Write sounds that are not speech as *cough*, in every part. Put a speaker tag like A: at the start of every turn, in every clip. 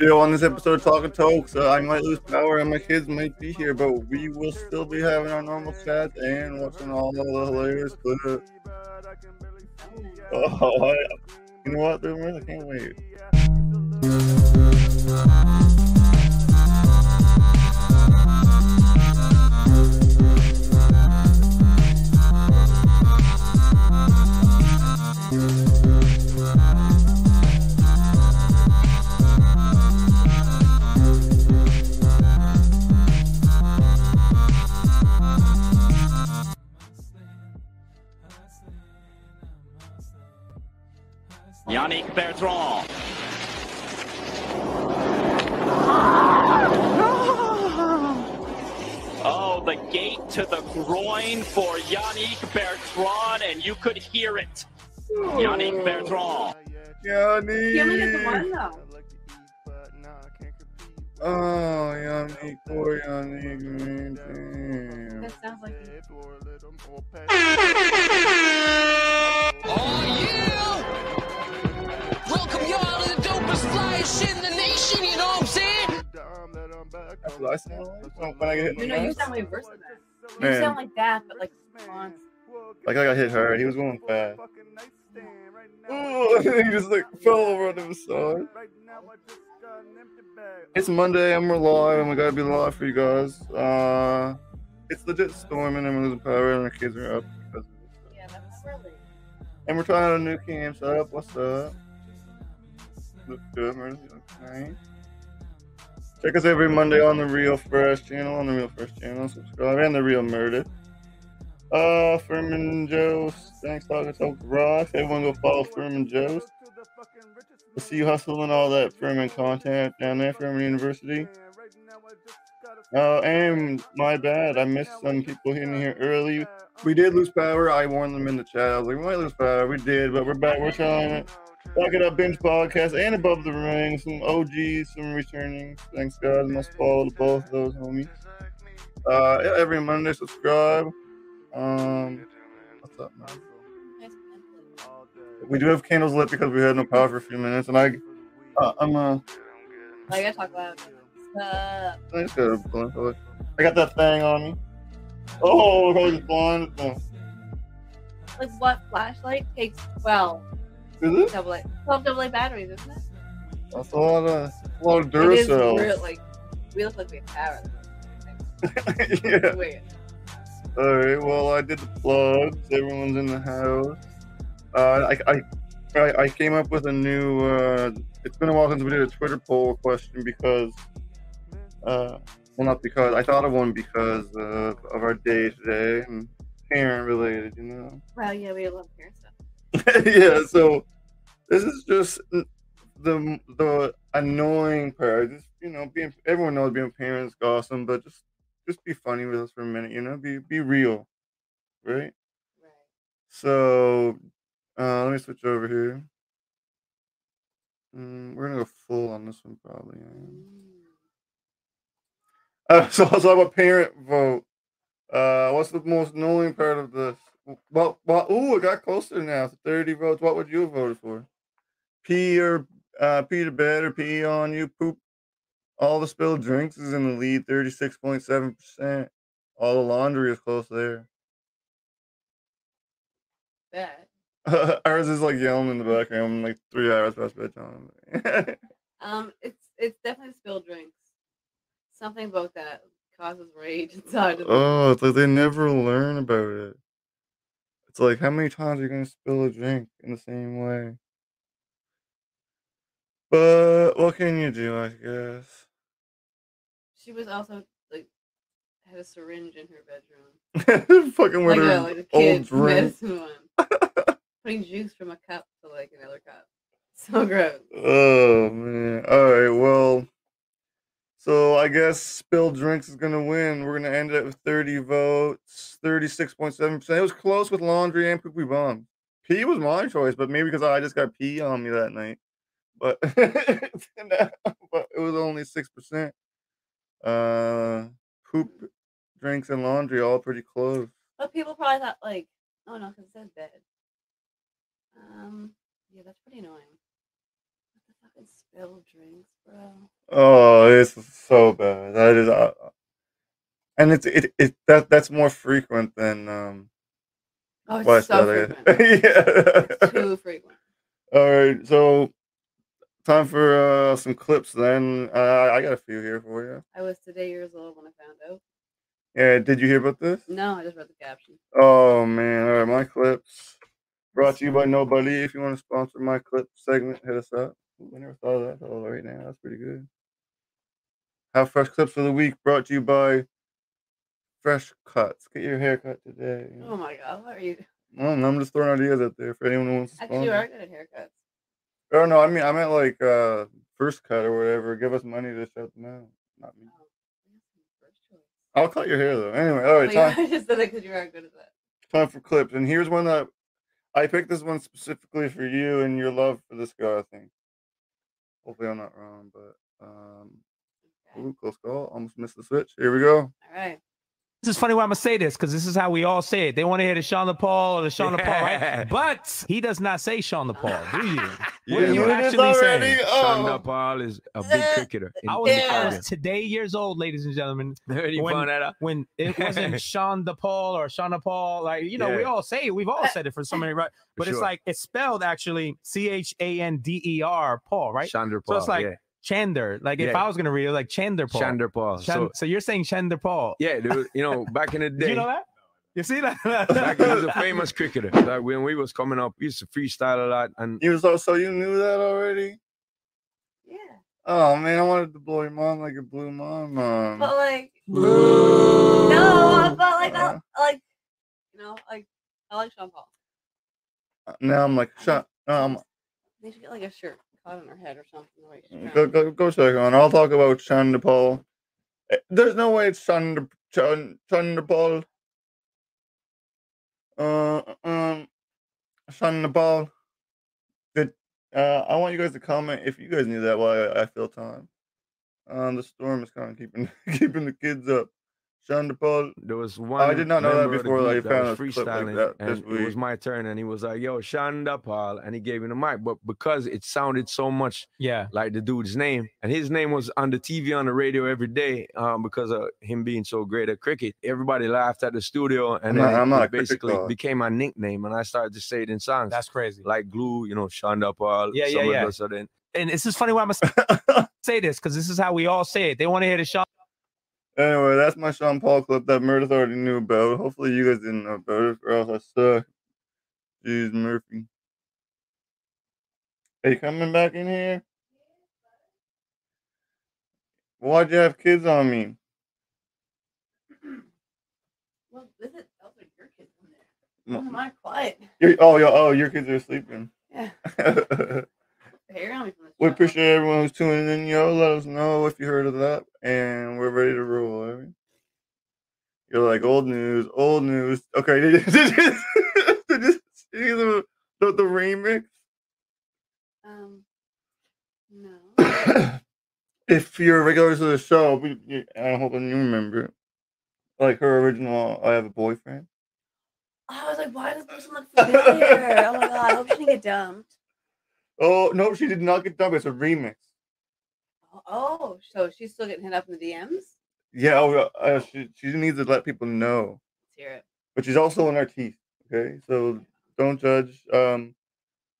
A: You know, on this episode of Talking Talk, so I might lose power and my kids might be here, but we will still be having our normal chat and watching all the hilarious clips. Oh, *laughs* I, you know what, Boomers? I can't wait.
B: Yannick Bertrand. Oh, the gate to the groin for Yannick Bertrand, and you could hear it. Yannick Bertrand.
C: He only gets one
A: Yanni!
C: though.
A: Oh, Yanni, poor Yanni. man, damn.
C: That sounds like me.
D: Oh yeah! Welcome y'all to the dopest flyest shit in the nation, you know what I'm saying?
A: That's what I sound like when I get hit
C: No,
A: in
C: no, you
A: the
C: sound
A: nuts.
C: way worse than that. You
A: Man.
C: sound like that, but like response.
A: Like I got hit hard. He was going fast. *laughs* Ooh, Oh, he just like fell over on the side. It's Monday and we're live and we gotta be live for you guys. Uh, it's legit storming and we're losing power and our kids are up. because of it.
C: Yeah, that was really.
A: And we're trying out a new cam setup. What's up? Looks good, man. Okay. Check us every Monday on the Real Fresh channel. On the Real Fresh channel, subscribe and the Real Murder. Uh, Furman Joe, thanks talking talk rocks. Everyone go follow Furman Joe's. We'll see you hustling all that Furman content down there, Furman University. Oh, and my bad, I missed some people in here early. We did lose power. I warned them in the chat. I was like, we might lose power. We did, but we're back. We're trying it. Talk it up, binge podcast, and above the ring. Some OGs, some returning. Thanks, guys. Must follow to both of those, homie. Uh, yeah, every Monday, subscribe. Um, what's up, man?
C: Nice template.
A: We do have candles lit because we had no power for a few minutes, and I, uh, I'm uh,
C: I gotta talk loud. Uh,
A: I just got a blunt. so I got that thing on me. Oh, I was blind. No.
C: like what flashlight takes 12
A: Is it?
C: double A, 12 double A batteries, isn't it?
A: That's a lot of, a lot of
C: It is
A: Duracell.
C: real, like, we look like we have power.
A: *laughs* yeah.
C: It's weird.
A: All right. Well, I did the plugs. Everyone's in the house. Uh, I, I, I, I came up with a new. Uh, it's been a while since we did a Twitter poll question because, uh, well, not because I thought of one because of, of our day today and parent related, you know.
C: Well, yeah, we love parents
A: *laughs*
C: stuff.
A: yeah. So this is just the the annoying part. Just you know, being everyone knows being parents is awesome, but just just be funny with us for a minute. You know, be be real, right?
C: Right.
A: So uh, let me switch over here. Mm, we're gonna go full on this one probably. yeah. Uh, *laughs* so so I'm a parent vote. Uh, what's the most annoying part of this? Well, well, ooh, it got closer now. to Thirty votes. What would you have voted for? Pee or uh, pee to bed or pee on you poop. All the spilled drinks is in the lead, thirty-six point seven percent. All the laundry is close there.
C: But,
A: *laughs* Ours is like yelling in the background, like three hours past bedtime. *laughs*
C: um, it's it's definitely spilled drinks. Something about that causes rage *laughs* inside of me.
A: oh, it's like they never learn about it. It's like how many times are you gonna spill a drink in the same way? But what can you do? I guess. *laughs*
C: She was also like had a syringe in her
A: *laughs*
C: bedroom.
A: Fucking with
C: like
A: her
C: a, like a
A: old
C: kid's
A: drink.
C: medicine one. Putting juice from a cup to like another cup. So *laughs* gross.
A: Oh man. All right. Well, so I guess spilled drinks is gonna win. We're gonna end it with 30 votes, 36.7 percent. It was close with laundry and poopy bomb. Pee was my choice, but maybe because I just got pee on me that night. But *laughs* but it was only six percent. Uh, poop, drinks, and laundry all pretty close.
C: But people probably thought like, oh no, because it says bed. Um, yeah, that's pretty annoying. What the fuck Spilled drinks, bro.
A: Oh, it's so bad. That is, uh, and it's it, it that that's more frequent than um.
C: Oh, it's
A: West
C: so
A: LA. *laughs*
C: frequent.
A: yeah.
C: It's too frequent.
A: All right, so time for uh, some clips. Then uh, I got a few here for you.
C: I was today years old when I found out.
A: Yeah, did you hear about this?
C: No, I just read the caption.
A: Oh man! All right, my clips brought to you by Nobody. If you want to sponsor my clip segment, hit us up. Ooh, I never thought of that. though right now, that's pretty good. Have fresh clips of the week brought to you by Fresh Cuts. Get your haircut today. you know.
C: Oh my god, what are you?
A: I don't know, I'm just throwing ideas out there for anyone who wants to sponsor.
C: Actually, you are good at haircuts.
A: Oh no, I mean I meant like uh first cut or whatever. Give us money to shut them out. Not me.
C: Oh, first choice.
A: I'll cut your hair though. Anyway, all right,
C: But
A: time,
C: yeah, *laughs* I just said that because you are good at that.
A: time for clips. And here's one that I picked this one specifically for you and your love for this guy. I think. Hopefully I'm not wrong, but um,
C: Okay.
A: ooh, close call. Almost missed the switch. Here we go.
C: All right.
E: This is funny why I'm gonna say this because this is how we all say it. They want to hear the Sean LaPaul or the Sean LaPaul,
F: Yeah.
E: right? But he does not say Sean LaPaul,
F: *laughs*
E: do you?
F: What are
A: Yeah,
F: you
A: look at this
F: actually saying?
A: already.
F: Sean
A: Oh.
F: Paul is a big cricketer. in
E: I was, I
F: Canada.
E: was today years old, ladies
F: *laughs*
E: and gentlemen,
F: you
E: when-
F: found that out?
E: when
F: *laughs*
E: it wasn't Sean DePaul or Sean DePaul. Like, you know, we
F: Yeah.
E: all say it. We've all said it for so many, right? But it's
F: sure.
E: like it's spelled actually C H A N D E R Paul, right?
F: Chandra
E: So
F: Paul.
E: it's like-
F: yeah.
E: Chander. Like if
F: Yeah.
E: I was gonna read it, like Chander Paul.
F: Chandra Paul.
E: Chand-
F: So
E: so, you're saying Chander Paul.
F: yeah, dude, you know, back in the day,
E: You know that? You see that?
F: like, he
E: *laughs*
F: was a famous cricketer. Like when we was coming up, we used to freestyle a lot, and
A: You so oh, so you knew that already.
C: Yeah.
A: Oh man, I wanted to blow your mom like it blew my mom.
C: But like. No, but like,
A: uh-uh.
C: I, I like, you know, like, I like Sean Paul.
A: Now I'm like, shut. um, No, I'm
C: They should get like a shirt caught on her head or something. Like, you
A: Go,
C: know.
A: go, go check on. I'll talk about Chandrapal. Eh, There's no way it's Chandra Chand, Chandrapal. Uh, um, Chandrapal. Good. Uh, I want you guys to comment if you guys knew that. Why I, I feel time. Um, the storm is kind of keeping *laughs* keeping the kids up. Chandrapal.
F: there was one.
A: Oh, did not know that
F: member of the
A: before, like,
F: group that was
A: found a clip like that
F: freestyling,
A: this
F: and it was
A: week.
F: my turn, and he was like, "Yo, Chandra Paul," and he gave me the mic, but because it sounded so much
E: yeah.
F: like the dude's name. And his name was on the TV, on the radio every day um, because of him being so great at cricket. Everybody laughed at the studio, and
A: I'm not-
F: then it-
A: I'm not a
F: it
A: cricket
F: basically
A: guy.
F: became my nickname. And I started to say it in songs
E: That's crazy.
F: like Glue, you know, Shonda Paul,
E: Yeah, yeah,
F: some
E: yeah.
F: of those. So then,
E: and this is funny why I'm
A: *laughs*
E: gonna say this because this is how we all say it. They want to hear the Sean
A: Anyway, that's my Sean Paul clip that Meredith already knew about. Hopefully, you guys didn't know about it, or else I suck. Jeez, Murphy. Are you coming back in here? Why'd you have kids on me?
C: *clears throat* Well, this is those are your kids in
A: No.
C: there. Why am I quiet?
A: Your, oh, yo, oh, your kids are sleeping. *laughs*
C: Yeah. Hair on me from this
A: we
C: job.
A: appreciate everyone who's tuning in, yo. Let us know if you heard of that, and we're ready to roll. all right? You're like old news, old news. Okay, *laughs* did you, did you, did you see the, the the remix?
C: Um, no.
A: if you're regulars of the show, we, you- I'm hoping you remember it. Like her original, I have a boyfriend.
C: I was like, why does this person look familiar? oh my god, I hope she didn't get dumped.
A: Oh no, she did not get dumped. It's a remix.
C: Oh, so she's still getting hit up in the DMs? Let's
A: Yeah, oh, uh, uh, she she needs to let people know,
C: hear it.
A: but she's also in our teeth. Okay, so don't judge. Um,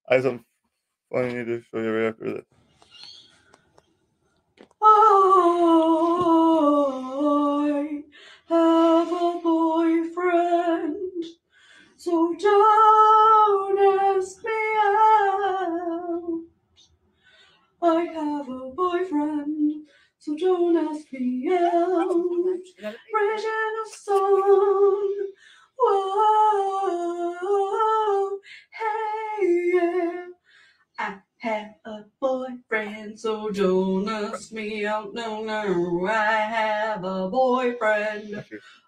A: I have something funny to show you right after this. *laughs*
G: I have a boyfriend, so don't ask me out. I have a boyfriend, so don't ask me out.
C: Is that it?
G: Written a song, whoa, hey, yeah. I have a boyfriend, so don't ask me out. No, no, I have a boyfriend.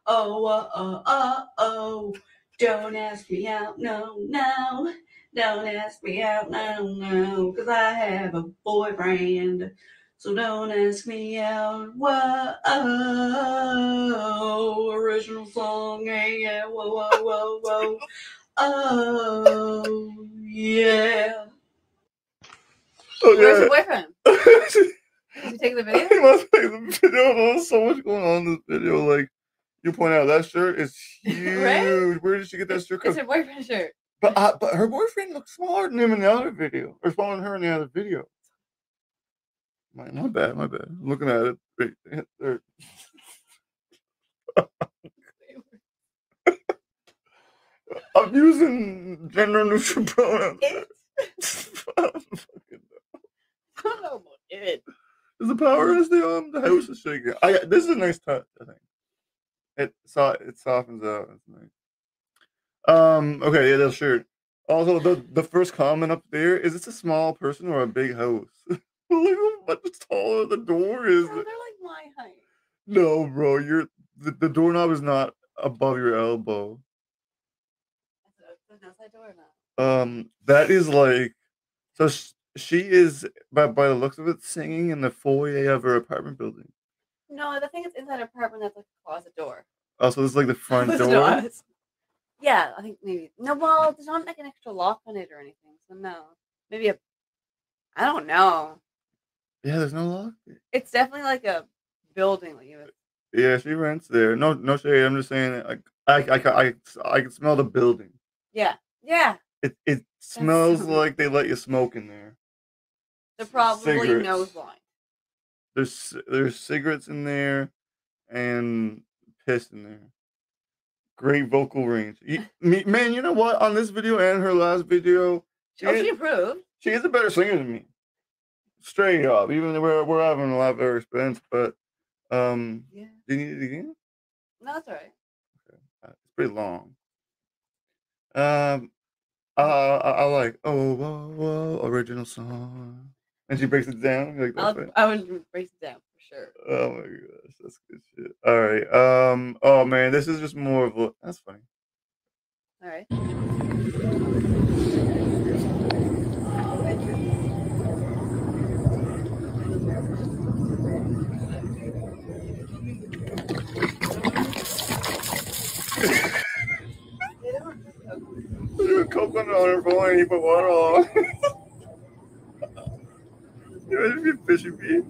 G: Oh, oh, oh, oh, oh. Don't ask me out. No, no. Don't ask me out. No, no. Cause I have a boyfriend. So don't ask me out. Whoa. Original song. Hey, yeah. Whoa, whoa, whoa, whoa. Oh, yeah.
C: Where's your
A: Okay.
C: boyfriend? Is
A: *laughs*
C: he taking the video?
A: He must take the video. There's so much going on in this video. Like you point out, that shirt is huge.
C: *laughs* Right?
A: Where did she get that shirt?
C: It's
A: Cause,
C: her boyfriend shirt.
A: but I, but her boyfriend looks smaller than him in the other video, or smaller than her in the other video. My, my bad, my bad. I'm looking at it. Wait, eh, there- I'm using gender neutral *laughs* pronouns.
C: It.
A: Is
C: Oh, it.
A: the power is the arm? The house is shaking. I this is a nice touch. I think it so it softens out. It's nice. Um. Okay. Yeah. That's sure. Also, the the first comment up there is it's a small person or a big house. *laughs* Look how much taller the door is.
C: Oh, they're like my height.
A: No, bro, you're the, the doorknob is not above your elbow.
C: That's an outside door or not?
A: Um, that is like so. Sh- she is by by the looks of it singing in the foyer of her apartment building.
C: No, the thing is inside an apartment that's like a closet door.
A: Also, Oh, this is
C: *laughs*
A: like the front
C: It's
A: door.
C: not. Yeah, I think maybe. No, well, there's not like an extra lock on it or anything, so no. Maybe a. I don't know.
A: Yeah, there's no lock.
C: It's definitely like a building. Like you have
A: Yeah, she rents there. No, no shade. I'm just saying. Like, I, I, ca- I, I can smell the building.
C: yeah, yeah.
A: It, it smells
C: so-
A: like they let you smoke in there.
C: They're probably nose
A: Cigarettes.
C: blind.
A: There's, c- there's cigarettes in there, and piss in there. Great vocal range.
C: *laughs*
A: You- me, man, you know what? On this video and her last video,
C: Oh, she
A: Yeah.
C: improved.
A: She is a better singer than me. Straight up. Even though we're we're having a lot of her expense, but um
C: Yeah.
A: do you need it again?
C: No, that's all right.
A: Uh, It's pretty long. Um I I, I like oh whoa whoa original song. And she breaks it down. Like, that's
C: I'll,
A: right.
C: I would break it down for sure.
A: Oh my gosh, that's good shit. All right. Um oh man, this is just more of a that's funny.
C: All right. They don't do coke.
A: You put coconut on her phone and you put water on. *laughs* you ready to be fishy bee?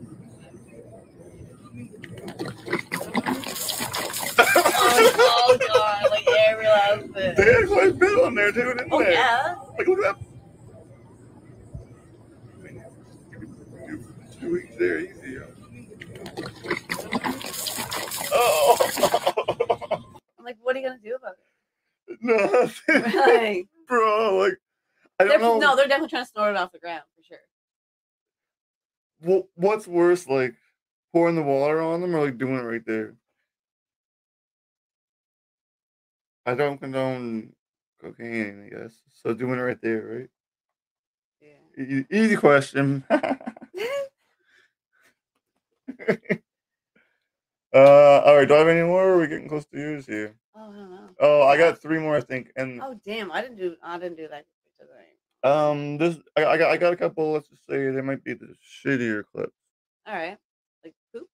C: oh, oh god, like every last
A: They
C: bit.
A: had quite a bit on there too, didn't
C: Oh
A: they? *laughs*
C: yeah.
A: Like, look at that. Two weeks there, easy. *laughs* yo. Oh
C: I'm like, what are you gonna do about
A: no,
C: it? Like,
A: bro! Like, I
C: they're,
A: don't know.
C: no, they're definitely trying to snort it off the ground for sure.
A: Wha- what's worse, like pouring the water on them or like doing it right there? I don't condone cocaine, I guess. So doing it right there,
C: Yeah.
A: right? E- easy question. *laughs* uh, all right. Do I have any more? Or are we getting close to yours here?
C: oh, I don't know.
A: Oh, I got three more, I think. And
C: Oh damn, I didn't do. I didn't do that. today. Oh.
A: um, this I, I got I got a couple. Let's just say they might be the shittier clips.
C: All right. Like poop.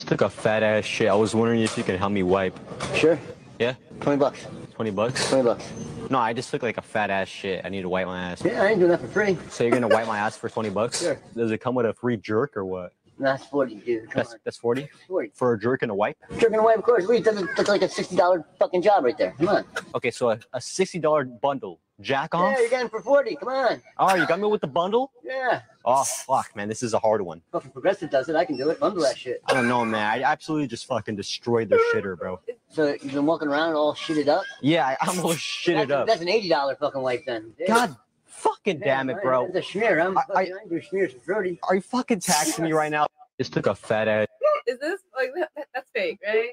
H: Took a fat ass shit. I was wondering if you could help me wipe.
I: Sure.
H: Yeah?
I: 20 bucks.
H: 20 bucks?
I: 20 bucks.
H: No, I just took like a fat ass shit. I need to wipe my ass.
I: Yeah, I ain't doing that for free.
H: So you're gonna wipe my ass for 20 bucks?
I: Sure.
H: Does it come with a free jerk or what?
I: That's 40, dude. Come
H: That's that's 40?
I: on. 40.
H: For a jerk and a wipe?
I: Jerking away, of course. We, that's, that's like a $60 fucking job right there. Come on.
H: Okay, so a, a $60 bundle. Jack off?
I: Yeah, you're getting for 40. Come on.
H: Oh, you got me with the bundle?
I: Yeah.
H: Oh fuck, man, this is a hard one.
I: Fucking Progressive does it. I can do it. Bundle that shit.
H: I don't know, man. I absolutely just fucking destroyed their shitter, bro.
I: So you've been walking around all shitted up?
H: Yeah, I almost shitted
I: that's,
H: up.
I: That's an $80 fucking wipe then. Dude.
H: God fucking
I: Yeah,
H: damn it,
I: right.
H: bro.
I: That's a schmear. I'm
H: I-
I: fucking, I, can do schmears for 30.
H: Are you fucking taxing me right now? *laughs* Just took a fat ass
C: Is this like that, that- that's fake,
A: *laughs*
C: right?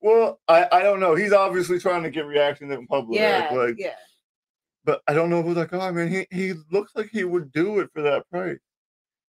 A: Well, I, I don't know. He's obviously trying to get reactions in public.
C: Yeah.
A: Like,
C: yeah.
A: but I don't know who that guy. Man, he he looks like he would do it for that price.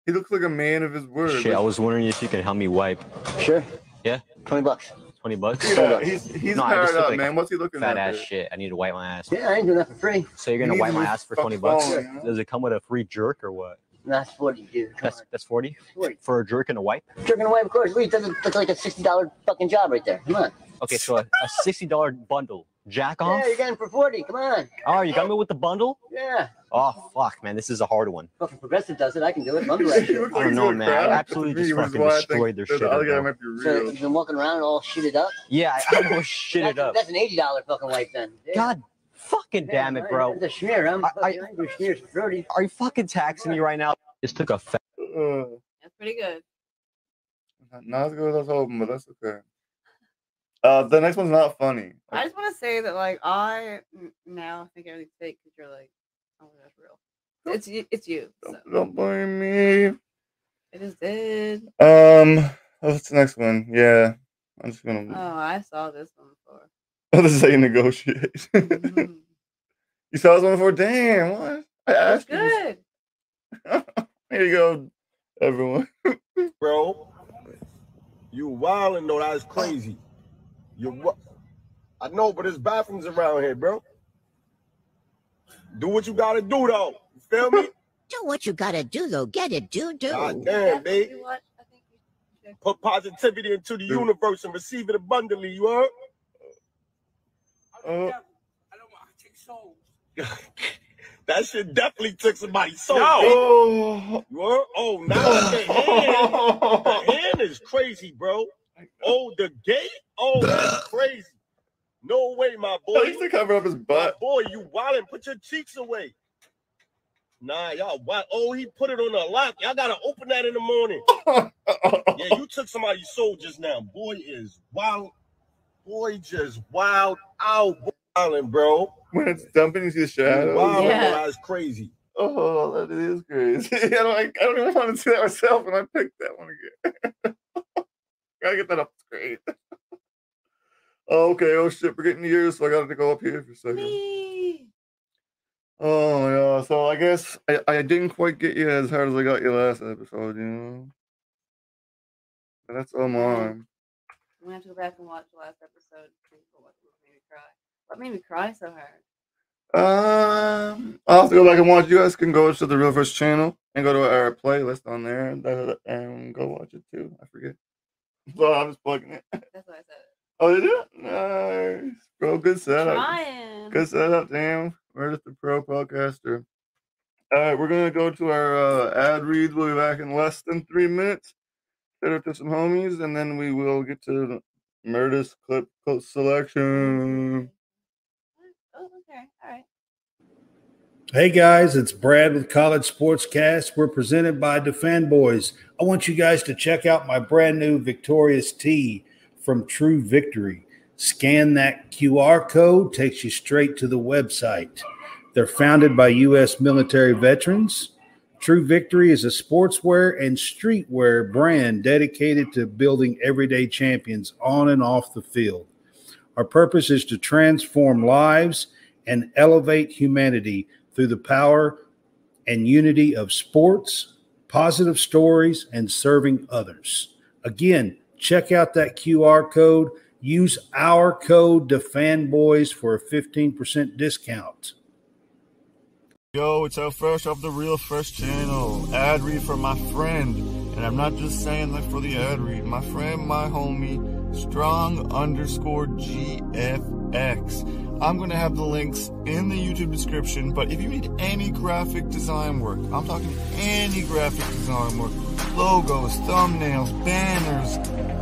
A: He looks like a man of his word.
H: shit. I was wondering if you could help me wipe.
I: Sure.
H: Yeah.
I: 20 bucks.
H: 20 bucks?
A: yeah, he's he's
H: No, I just
A: powered
H: look
A: up,
H: like a
A: man. What's he looking
H: Fat
A: at?
H: ass
A: there?
H: shit. I need to wipe my ass.
I: Yeah, I ain't doing that for free.
H: So you're
A: You
H: gonna
A: need
H: wipe
A: to
H: my
A: just
H: ass for
A: fuck
H: 20 bucks?
A: phone, you know?
H: Does it come with a free jerk or what?
I: That's 40, dude. Come
H: That's that's 40
I: on. 40.
H: for a jerk and a wipe.
I: Jerking away, of course. We, that's, that's like a $60 fucking job right there. Come on.
H: Okay, so a, a $60 bundle. Jack off?
I: Yeah, you're getting for 40. Come on.
H: Oh, you got me with the bundle?
I: Yeah.
H: Oh, fuck, man. This is a hard one.
I: Fucking progressive does it. I can do it.
A: *laughs*
I: Bundle that shit.
A: Looks
H: I
A: like
H: don't know,
A: he's
H: man. I
A: crying.
H: absolutely just
A: Which is
H: fucking
A: why I think
H: destroyed their
A: that
H: shit
A: The other
H: up,
A: guy
H: bro.
A: might be
I: So
A: real.
I: you've been walking around all shitted up.
H: Yeah, I, I *laughs* will shit it
I: that's,
H: up.
I: That's an eighty dollar fucking wife then. Yeah.
H: God fucking
I: Yeah,
H: damn it,
I: man,
H: bro.
I: That's a schmear. I'm
H: I-
I: fucking I, do schmears for thirty.
H: Are you fucking taxing me right now? Just took a fat.
A: Uh,
C: That's pretty good.
A: not as good as I was hoping, but that's okay. Uh, the next one's not funny.
C: I just want to say that, like, I n- now think everything's fake because you're like, oh, that's real. It's you. It's you. So
A: Don't, don't blame me.
C: it is dead.
A: Um, what's the next one? Yeah, I'm just *laughs*
C: Oh,
A: gonna.
C: I saw this one before.
A: Oh, this is how you negotiate. you *laughs*
C: Mhm.
A: saw this one before? Damn, what? I
C: It's
A: asked you. this-
C: good.
A: Here you go, everyone.
J: bro. You wildin' though. That is crazy. You what? I know, but there's bathrooms around here, bro. Do what you gotta do though. You feel me?
K: *laughs* Do what you gotta do, though. Get it, do
J: God
K: do.
J: damn,
C: That's
J: babe.
C: what you want. I think you should.
J: Put positivity into the
A: Dude.
J: universe and receive it abundantly. You heard? Uh,
A: Oh,
J: *laughs* That shit definitely took somebody's soul.
B: No.
J: babe.
A: oh,
J: You heard? Oh, now
A: *laughs*
J: the hand, the hand is crazy, bro. Oh, the gate. Oh,
A: *laughs*
J: that's crazy. No way, my
A: At
J: boy.
A: least to cover up his butt.
J: boy, you wildin', put your cheeks away. Nah, y'all wild. Oh, he put it on the lock. Y'all gotta open that in the
A: *laughs*
J: morning. Yeah, you took somebody's soul just now. Boy is wild. Boy just wild out wildin', bro.
A: when it's dumping, you see the shadows.
J: Wow,
C: Yeah.
J: that's
A: *laughs*
J: crazy.
A: Oh, that is crazy. *laughs* I don't, I, don't even want to see that myself, and I picked that one again. *laughs* gotta get that up the screen. oh, okay. Oh shit, we're getting to yours, so I gotta go up here for a second.
C: Me.
A: Oh my god. So I guess I, I didn't quite get you as hard as I got you last episode, you know. And that's all mine.
C: I'm gonna have to go back and watch the last episode. to think of What made me cry? What made me cry so hard?
A: Um, I'll have to go back and watch. You guys can go to the Real First channel and go to our playlist on there and, that- and go watch it too. I forget. *laughs* But I'm just plugging it. *laughs*
C: That's what I said.
A: Oh, did you? Nice. Bro, good setup.
C: Ryan.
A: Good setup, damn. We're just the pro podcaster. All right, we're gonna go to our uh, ad reads. We'll be back in less than three minutes. Shout out to some homies, and then we will get to the Murder's clip, clip selection.
C: Oh, okay. All right.
L: Hey guys, it's Brad with College Sportscast. We're presented by DeFanboys. I want you guys to check out my brand new Victorious tee from True Victory. Scan that QR code, takes you straight to the website. They're founded by U.S. military veterans. True Victory is a sportswear and streetwear brand dedicated to building everyday champions on and off the field. Our purpose is to transform lives and elevate humanity through the power and unity of sports, positive stories, and serving others. Again, check out that QR code. Use our code to fanboys for a 15% discount.
A: Yo, it's out fresh off the Real Fresh channel. Ad read for my friend, and I'm not just saying that for the ad read. My friend, my homie, strong underscore GFX. I'm gonna have the links in the YouTube description, but if you need any graphic design work, I'm talking any graphic design work, logos, thumbnails, banners,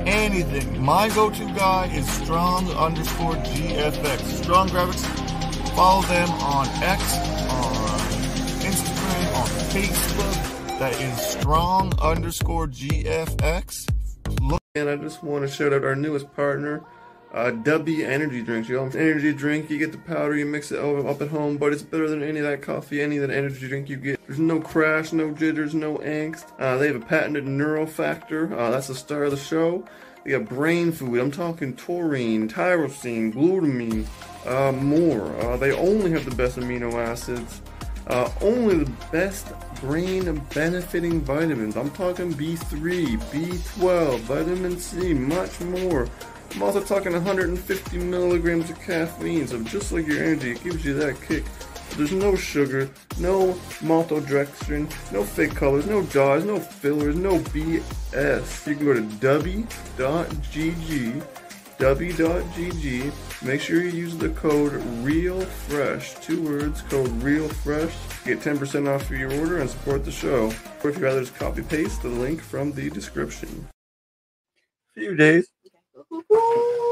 A: anything. My go-to guy is strong underscore GFX. Strong graphics Follow them on X, on Instagram, on Facebook. That is strong underscore GFX. And I just want to shout out our newest partner, uh, W Energy Drinks. You know, it's an energy drink, you get the powder, you mix it all up at home, but it's better than any of that coffee, any of that energy drink you get. There's no crash, no jitters, no angst. Uh, they have a patented neurofactor. Uh, that's the star of the show. They got brain food. I'm talking taurine, tyrosine, glutamine, uh, more. Uh, they only have the best amino acids. Uh, only the best brain benefiting vitamins. I'm talking B3, B12, vitamin C, much more. I'm also talking 150 milligrams of caffeine, so just like your energy, it gives you that kick. There's no sugar, no maltodextrin, no fake colors, no dyes, no fillers, no BS. You can go to w.gg w.gg. Make sure you use the code REALFRESH. Two words, code REALFRESH. Get 10% off your order and support the show. Or if you'd rather just copy paste the link from the description. Few days.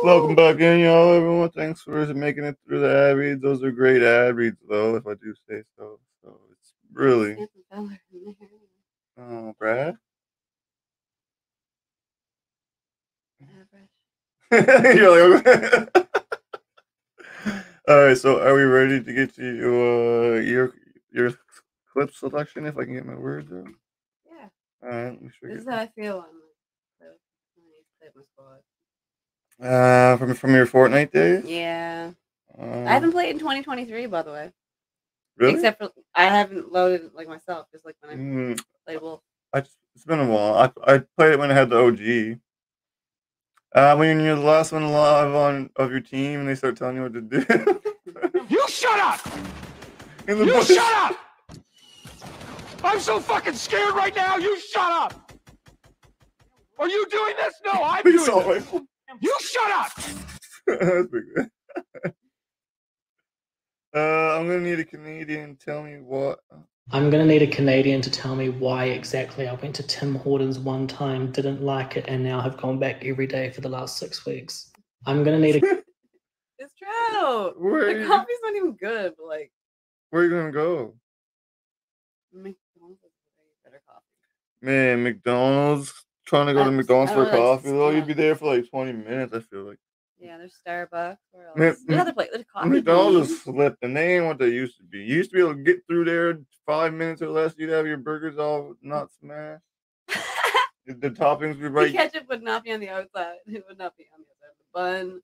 A: Welcome back in, y'all, everyone. Thanks for making it through the ad reads. Those are great ad reads, though, if I do say so. So it's really. Oh, Brad? You're like, *laughs* All right, so are we ready to get to uh, your your clip selection? If I can get my words out.
C: Yeah.
A: All right, let me sure.
C: This
A: get-
C: is how I feel on the when I play my squad.
A: Uh, from from your Fortnite days.
C: Yeah.
A: Um,
C: I haven't played in 2023, by the way.
A: Really?
C: Except for I haven't loaded it like myself, just like when I
A: Mm.
C: played Wolf.
A: I just, it's been a while. I I played it when I had the OG. Uh, when you're the last one alive on of your team, and they start telling you what to do. *laughs*
D: You shut up!
A: In the
D: You
A: bush.
D: shut up! I'm so fucking scared right now. You shut up! Are you doing this? No, I'm
A: Please
D: doing
A: don't
D: this. You shut up!
A: That's pretty good. *laughs* uh, I'm gonna need a Canadian. Tell me what.
M: I'm going to need a Canadian to tell me why exactly I went to Tim Hortons one time, didn't like it, and now have gone back every day for the last six weeks. I'm going to need a.
C: It's true.
A: Where
C: the
A: you-
C: coffee's not even good, but like
A: Where are you gonna go?
C: McDonald's is way better coffee.
A: Man, McDonald's. Trying to go to
C: I-
A: McDonald's
C: I
A: for
C: don't really like
A: coffee though, you'd be there for like 20 minutes. I feel like.
C: Yeah, there's Starbucks. Where else?
A: Man,
C: there's other place. There's coffee.
A: McDonald's
C: beans. *laughs*
A: is slipped, and they ain't what they used to be. You used to be able to get through there in five minutes or less. You'd have your burgers all not
C: *laughs*
A: smashed. the, the toppings were
C: The
A: right.
C: ketchup would not be on the outside. It would not be on the outside of the bun.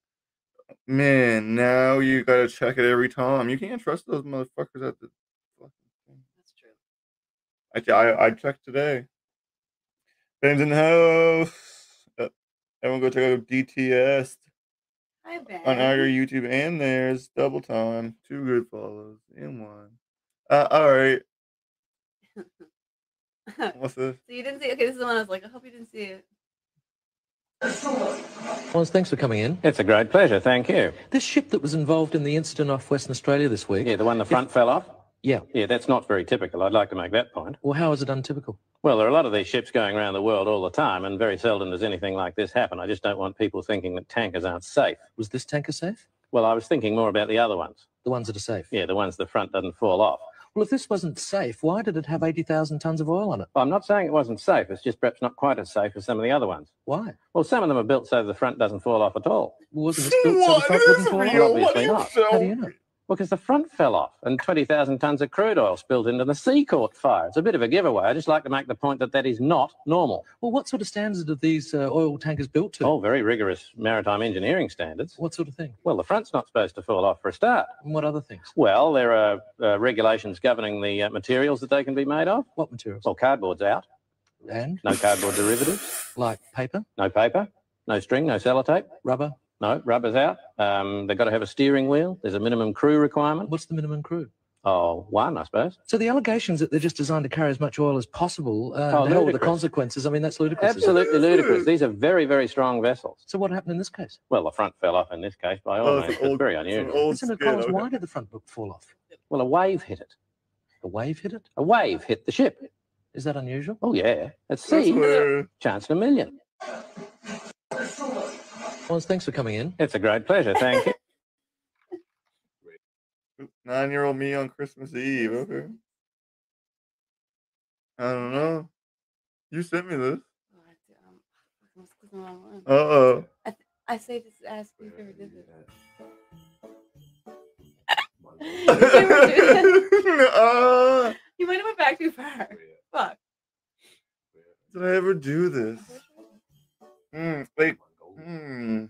A: Man, now you gotta check it every time. You can't trust those motherfuckers at the That's true. I I, I checked today. Ben's in the house. Uh, everyone go check out DTS
C: Hi, Ben.
A: on our YouTube and theirs. Double time, two good follows in one. Uh, all right. What's this?
C: So you didn't see? Okay, this is the one I was like, I hope you didn't see it.
N: Well, thanks for coming in.
O: It's a great pleasure, thank you.
N: This ship that was involved in the incident off Western Australia this week.
O: Yeah, the one the front fell off?
N: Yeah.
O: Yeah, that's not very typical. I'd like to make that point.
N: Well, how is it untypical?
O: Well, there are a lot of these ships going around the world all the time, and very seldom does anything like this happen. I just don't want people thinking that tankers aren't safe.
N: Was this tanker safe?
O: Well, I was thinking more about the other ones.
N: The ones that are safe.
O: Yeah, the ones the front doesn't fall off.
N: Well, if this wasn't safe, why did it have 80,000 tons of oil on it?
O: Well, I'm not saying it wasn't safe. It's just perhaps not quite as safe as some of the other ones.
N: Why?
O: Well, some of them are built so the front doesn't fall off at all.
N: Wasn't this built so the front wouldn't fall
O: Well,
N: off?
O: obviously not.
N: How do you know?
O: Well, because the front fell off and 20,000 tonnes of crude oil spilled into the sea caught fire. It's a bit of a giveaway. I just like to make the point that that is not normal.
N: Well, what sort of standards are these uh, oil tankers built to?
O: Oh, very rigorous maritime engineering standards.
N: What sort of thing?
O: Well, the front's not supposed to fall off for a start.
N: And what other things?
O: Well, there are uh, regulations governing the uh, materials that they can be made of.
N: What materials?
O: Well, cardboard's out.
N: And?
O: No cardboard derivatives.
N: Like paper?
O: No paper. No string. No sellotape.
N: Rubber?
O: No, rubber's out. Um, they've got to have a steering wheel. There's a minimum crew requirement.
N: What's the minimum crew?
O: Oh, one, I suppose.
N: So the allegations that they're just designed to carry as much oil as possible, uh,
O: Oh,
N: and hell with the
O: ludicrous.
N: consequences, I mean, that's ludicrous. isn't it?
O: Absolutely ludicrous. These are very, very strong vessels.
N: So what happened in this case?
O: Well, the front fell off in this case by all
N: Oh, it's
O: means.
N: an
O: It's
N: old-
O: very
N: it's an
O: unusual.
N: old Lieutenant skid, Collins, okay. why did the front book fall off?
O: Well, a wave hit it.
N: A wave hit it?
O: A wave hit the ship.
N: Is that unusual?
O: Oh, yeah. At
N: That's
O: sea,
N: where-
O: chance in a million.
N: Well, thanks for coming in.
O: It's a great pleasure.
N: *laughs*
O: Thank you.
A: Nine year old me on Christmas Eve. Okay. I don't know. You sent me this.
C: I was clicking the wrong one. *laughs*
A: Uh-oh.
C: I, th- I say this as if ever did
A: *laughs* this.
C: you might have went back too far. Fuck.
A: Did I ever do this? Mm, wait. Hmm.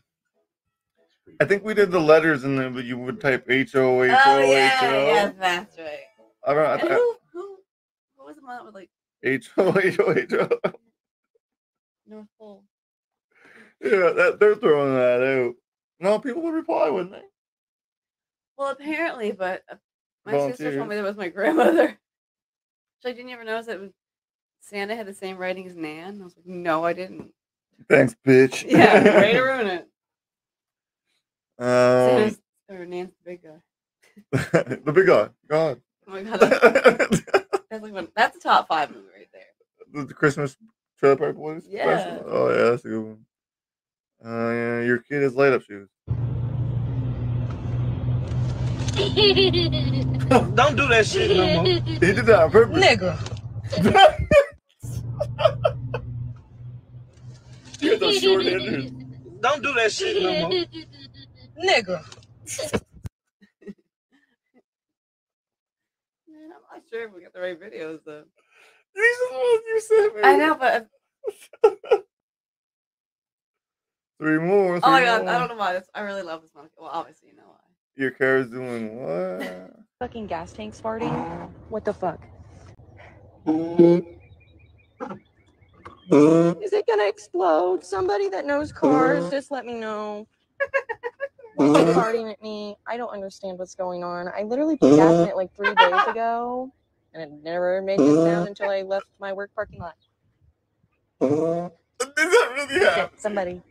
A: I think we did the letters and then you would type H O H
C: Oh
A: O H
C: yeah, yeah,
A: O.
C: that's right.
A: I don't- I-
C: And
A: I-
C: who, who, what was the one that was like
A: H O H O H O.
C: North Pole?
A: Yeah, that, they're throwing that out. No, people would reply, wouldn't they?
C: Well, apparently, but uh, my sister
A: Volunteers.
C: told me that was my *laughs* grandmother. She's like, didn't you ever notice that Santa had the same writing as Nan? I was like, no, I didn't. *laughs*
A: *laughs* Thanks, bitch.
C: Yeah, way to ruin it.
A: Um,
C: or Nance the big guy.
A: *laughs* the big guy, God,
C: Oh my
A: *laughs*
C: god, that's, that's like one. That's a top five movie right there.
A: the Christmas Trailer Park Boys.
C: Yeah.
A: special? Oh yeah, that's a good one. Uh, yeah, your kid has light up shoes.
J: *laughs* Don't do that shit no more.
A: He did that on purpose.
J: Nigga.
A: You're the short enders.
J: Don't do that shit no more. Nigga.
C: Man, I'm not sure if we got the right videos though.
A: These are the ones you sent me.
C: I know, but
A: Three more.
C: oh my
A: three
C: god,
A: more.
C: I don't know why. This, I really love this one. Well, obviously you know why.
A: Your car's doing what?
P: Fucking gas tanks farting. What the fuck? Is it gonna explode? Somebody that knows cars, just let me know. Stop farting at me. I don't understand what's going on. I literally put gas in it like three days ago, and it never made a sound until I left my work parking lot.
A: *laughs* really
P: Shit, somebody.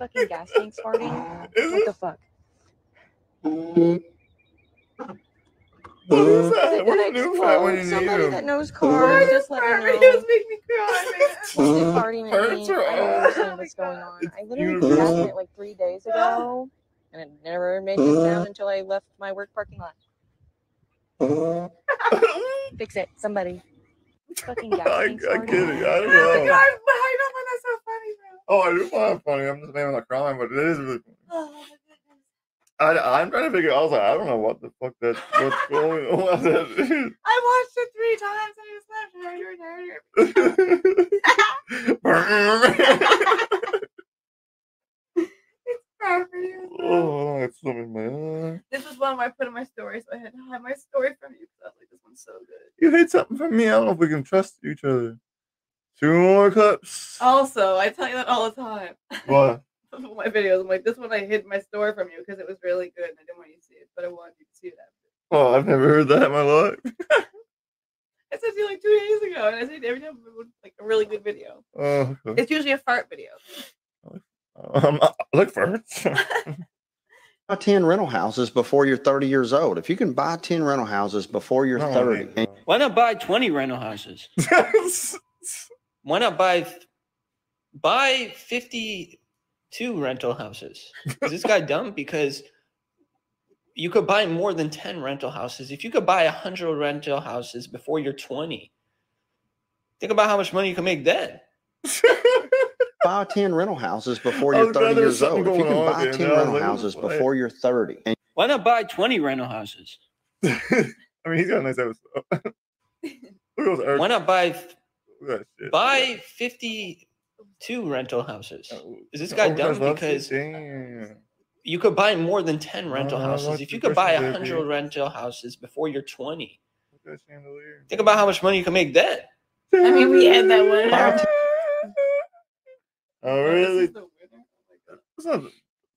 P: fucking gas tanks farting. What the fuck?
A: What is that?
P: Is it
A: What
P: gonna
A: do you do for that when you
P: explode?
A: need
P: Somebody
A: them?
P: that knows cars, just
A: *laughs*
P: let me know.
C: Videos make me
P: *laughs*
C: cry.
P: farting at me.
C: Hurts her
P: I don't understand
C: arm.
A: Oh
P: what's going on. I literally
C: universal.
A: *laughs*
P: got in it like three days ago, and it never made a sound until I left my work parking lot. Fix it, somebody. Fucking gas
A: I-
P: tanks
A: I'm
P: farting.
A: kidding. I don't know.
C: *laughs* God, but I don't find that so funny though.
A: Oh, I do find it funny. I'm just maybe not crying, but it is really.
C: Oh,
A: I, I'm trying to figure. I was like, I don't know what the fuck that.
C: *laughs*
A: What's going on? *laughs* That is.
C: I watched it three times and it was not harder and harder.
A: *laughs* oh, hold on, I got something in my eye.
C: This was one where I put in my story, so I had to hide my story from you because I was like, this one's so good.
A: You hid something from me. I don't know if we can trust each other. Two more
Q: *laughs*
A: cups.
C: Also, I tell you that all the time. *laughs*
A: What?
C: my videos. I'm like, this one I hid my story from you because it was really good and I didn't want you to see it, but I wanted you to see it. after.
A: Oh, I've never heard that in my life.
C: I sent you like two days ago, and I said every time it was like a really good video.
A: Oh, okay.
C: It's usually a fart video.
A: um,
Q: uh,
A: I- I look for
Q: *laughs*
A: it.
R: Buy 10 rental houses before you're 30 years old. If you can buy 10 rental houses before you're 30, and
Q: Why not buy 20 rental houses? Why not buy buy 52 rental houses? Is this guy dumb? Because you could buy more than 10 rental houses. If you could buy 100 rental houses before you're 20, think about how much money you can make then.
R: buy 10 rental houses before
Q: Oh,
R: you're
Q: God,
R: 30
Q: there's
R: years old.
Q: something
R: If you
Q: going
R: can
Q: on
R: buy
Q: here.
R: 10
Q: No, I
R: rental
Q: was like,
R: houses
Q: what?
R: before you're 30, and
Q: Why not buy 20 rental houses?
A: *laughs* I mean, he's got a nice episode.
C: *laughs*
A: Look at those
Q: Why not buy
A: Look at that Oh, shit.
Q: buy 52 rental houses? Is this
A: Oh,
Q: guy
A: that's
Q: dumb?
A: lovely.
Q: Because
A: Damn.
Q: you could buy more than 10 rental
A: no, I
Q: houses
A: like
Q: if
A: the
Q: you could buy
A: perspective
Q: 100
A: here.
Q: rental houses before you're 20
A: Look at that chandelier.
Q: think about how much money you can make then
C: I mean, we had that one. in our-
A: Oh, really? What's up?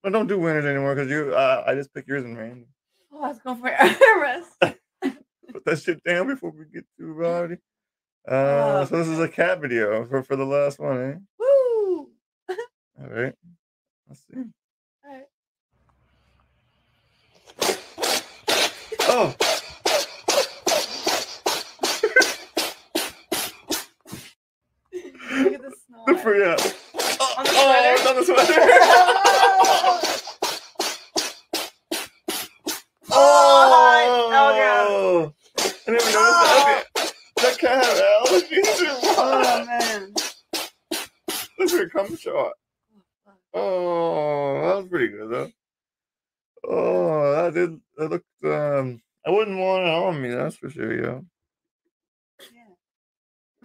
A: I don't do winners anymore because you. Uh, I just pick yours and random.
C: Oh, I was going for *laughs* armrest.
A: Put that shit down before we get too rowdy. Uh, so this is a cat video for, for the last one, eh?
C: Woo!
A: All right. Let's see.
C: Mm.
A: Oh. *laughs*
C: Look at this
A: The free app.
C: On the
A: Oh,
C: sweater.
A: not the
P: *laughs*
A: sweater.
C: Oh, oh,
A: God. I never noticed that. Okay. That cat had
G: *laughs*
A: allergies.
C: Oh, man.
A: That's a cum shot. Oh, that was pretty good though. Oh, that did. That looked. Um, I wouldn't want it on me. That's for sure. Yeah.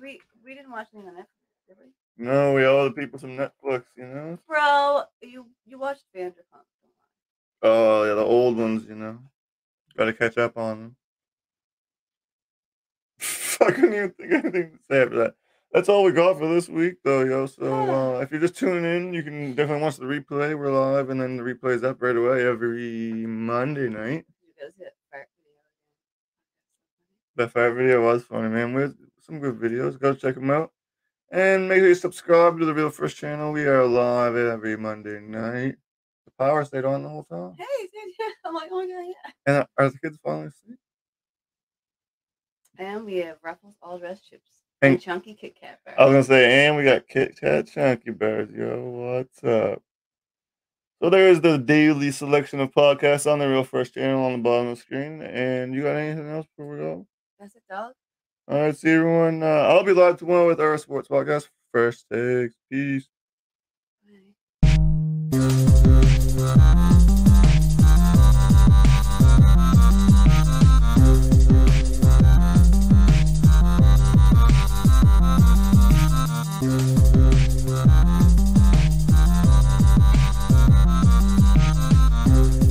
C: We, we didn't watch anything on Netflix, did we?
A: No, we owe the people some Netflix. You know.
C: Bro, you, you watched Vanderpump.
A: Oh yeah, the old ones. You know. Got to catch up on them. *laughs* I couldn't even think of anything to say after that. That's all we got for this week, though, yo. So uh, if you're just tuning in, you can definitely watch the replay. We're live, and then the replay's up right away every Monday night.
C: You guys hit fart video.
A: That fire video was funny, man. We had some good videos. Go check them out. And make sure you subscribe to the Real First channel. We are live every Monday night. power stayed on the whole time.
C: Hey, dude, yeah. *laughs* I'm like, oh my god, yeah.
A: And are the kids falling asleep?
C: And we have Ruffles all dressed chips
A: And-
C: and chunky Kit Kat bars.
A: I was gonna say, and we got Kit Kat Chunky Bears. Yo, what's up? So there is the daily selection of podcasts on the Real First Channel on the bottom of the screen. And you got anything else before we go?
C: That's a dog.
A: All right, see everyone. Uh, I'll be live tomorrow with our sports podcast. First takes. Peace.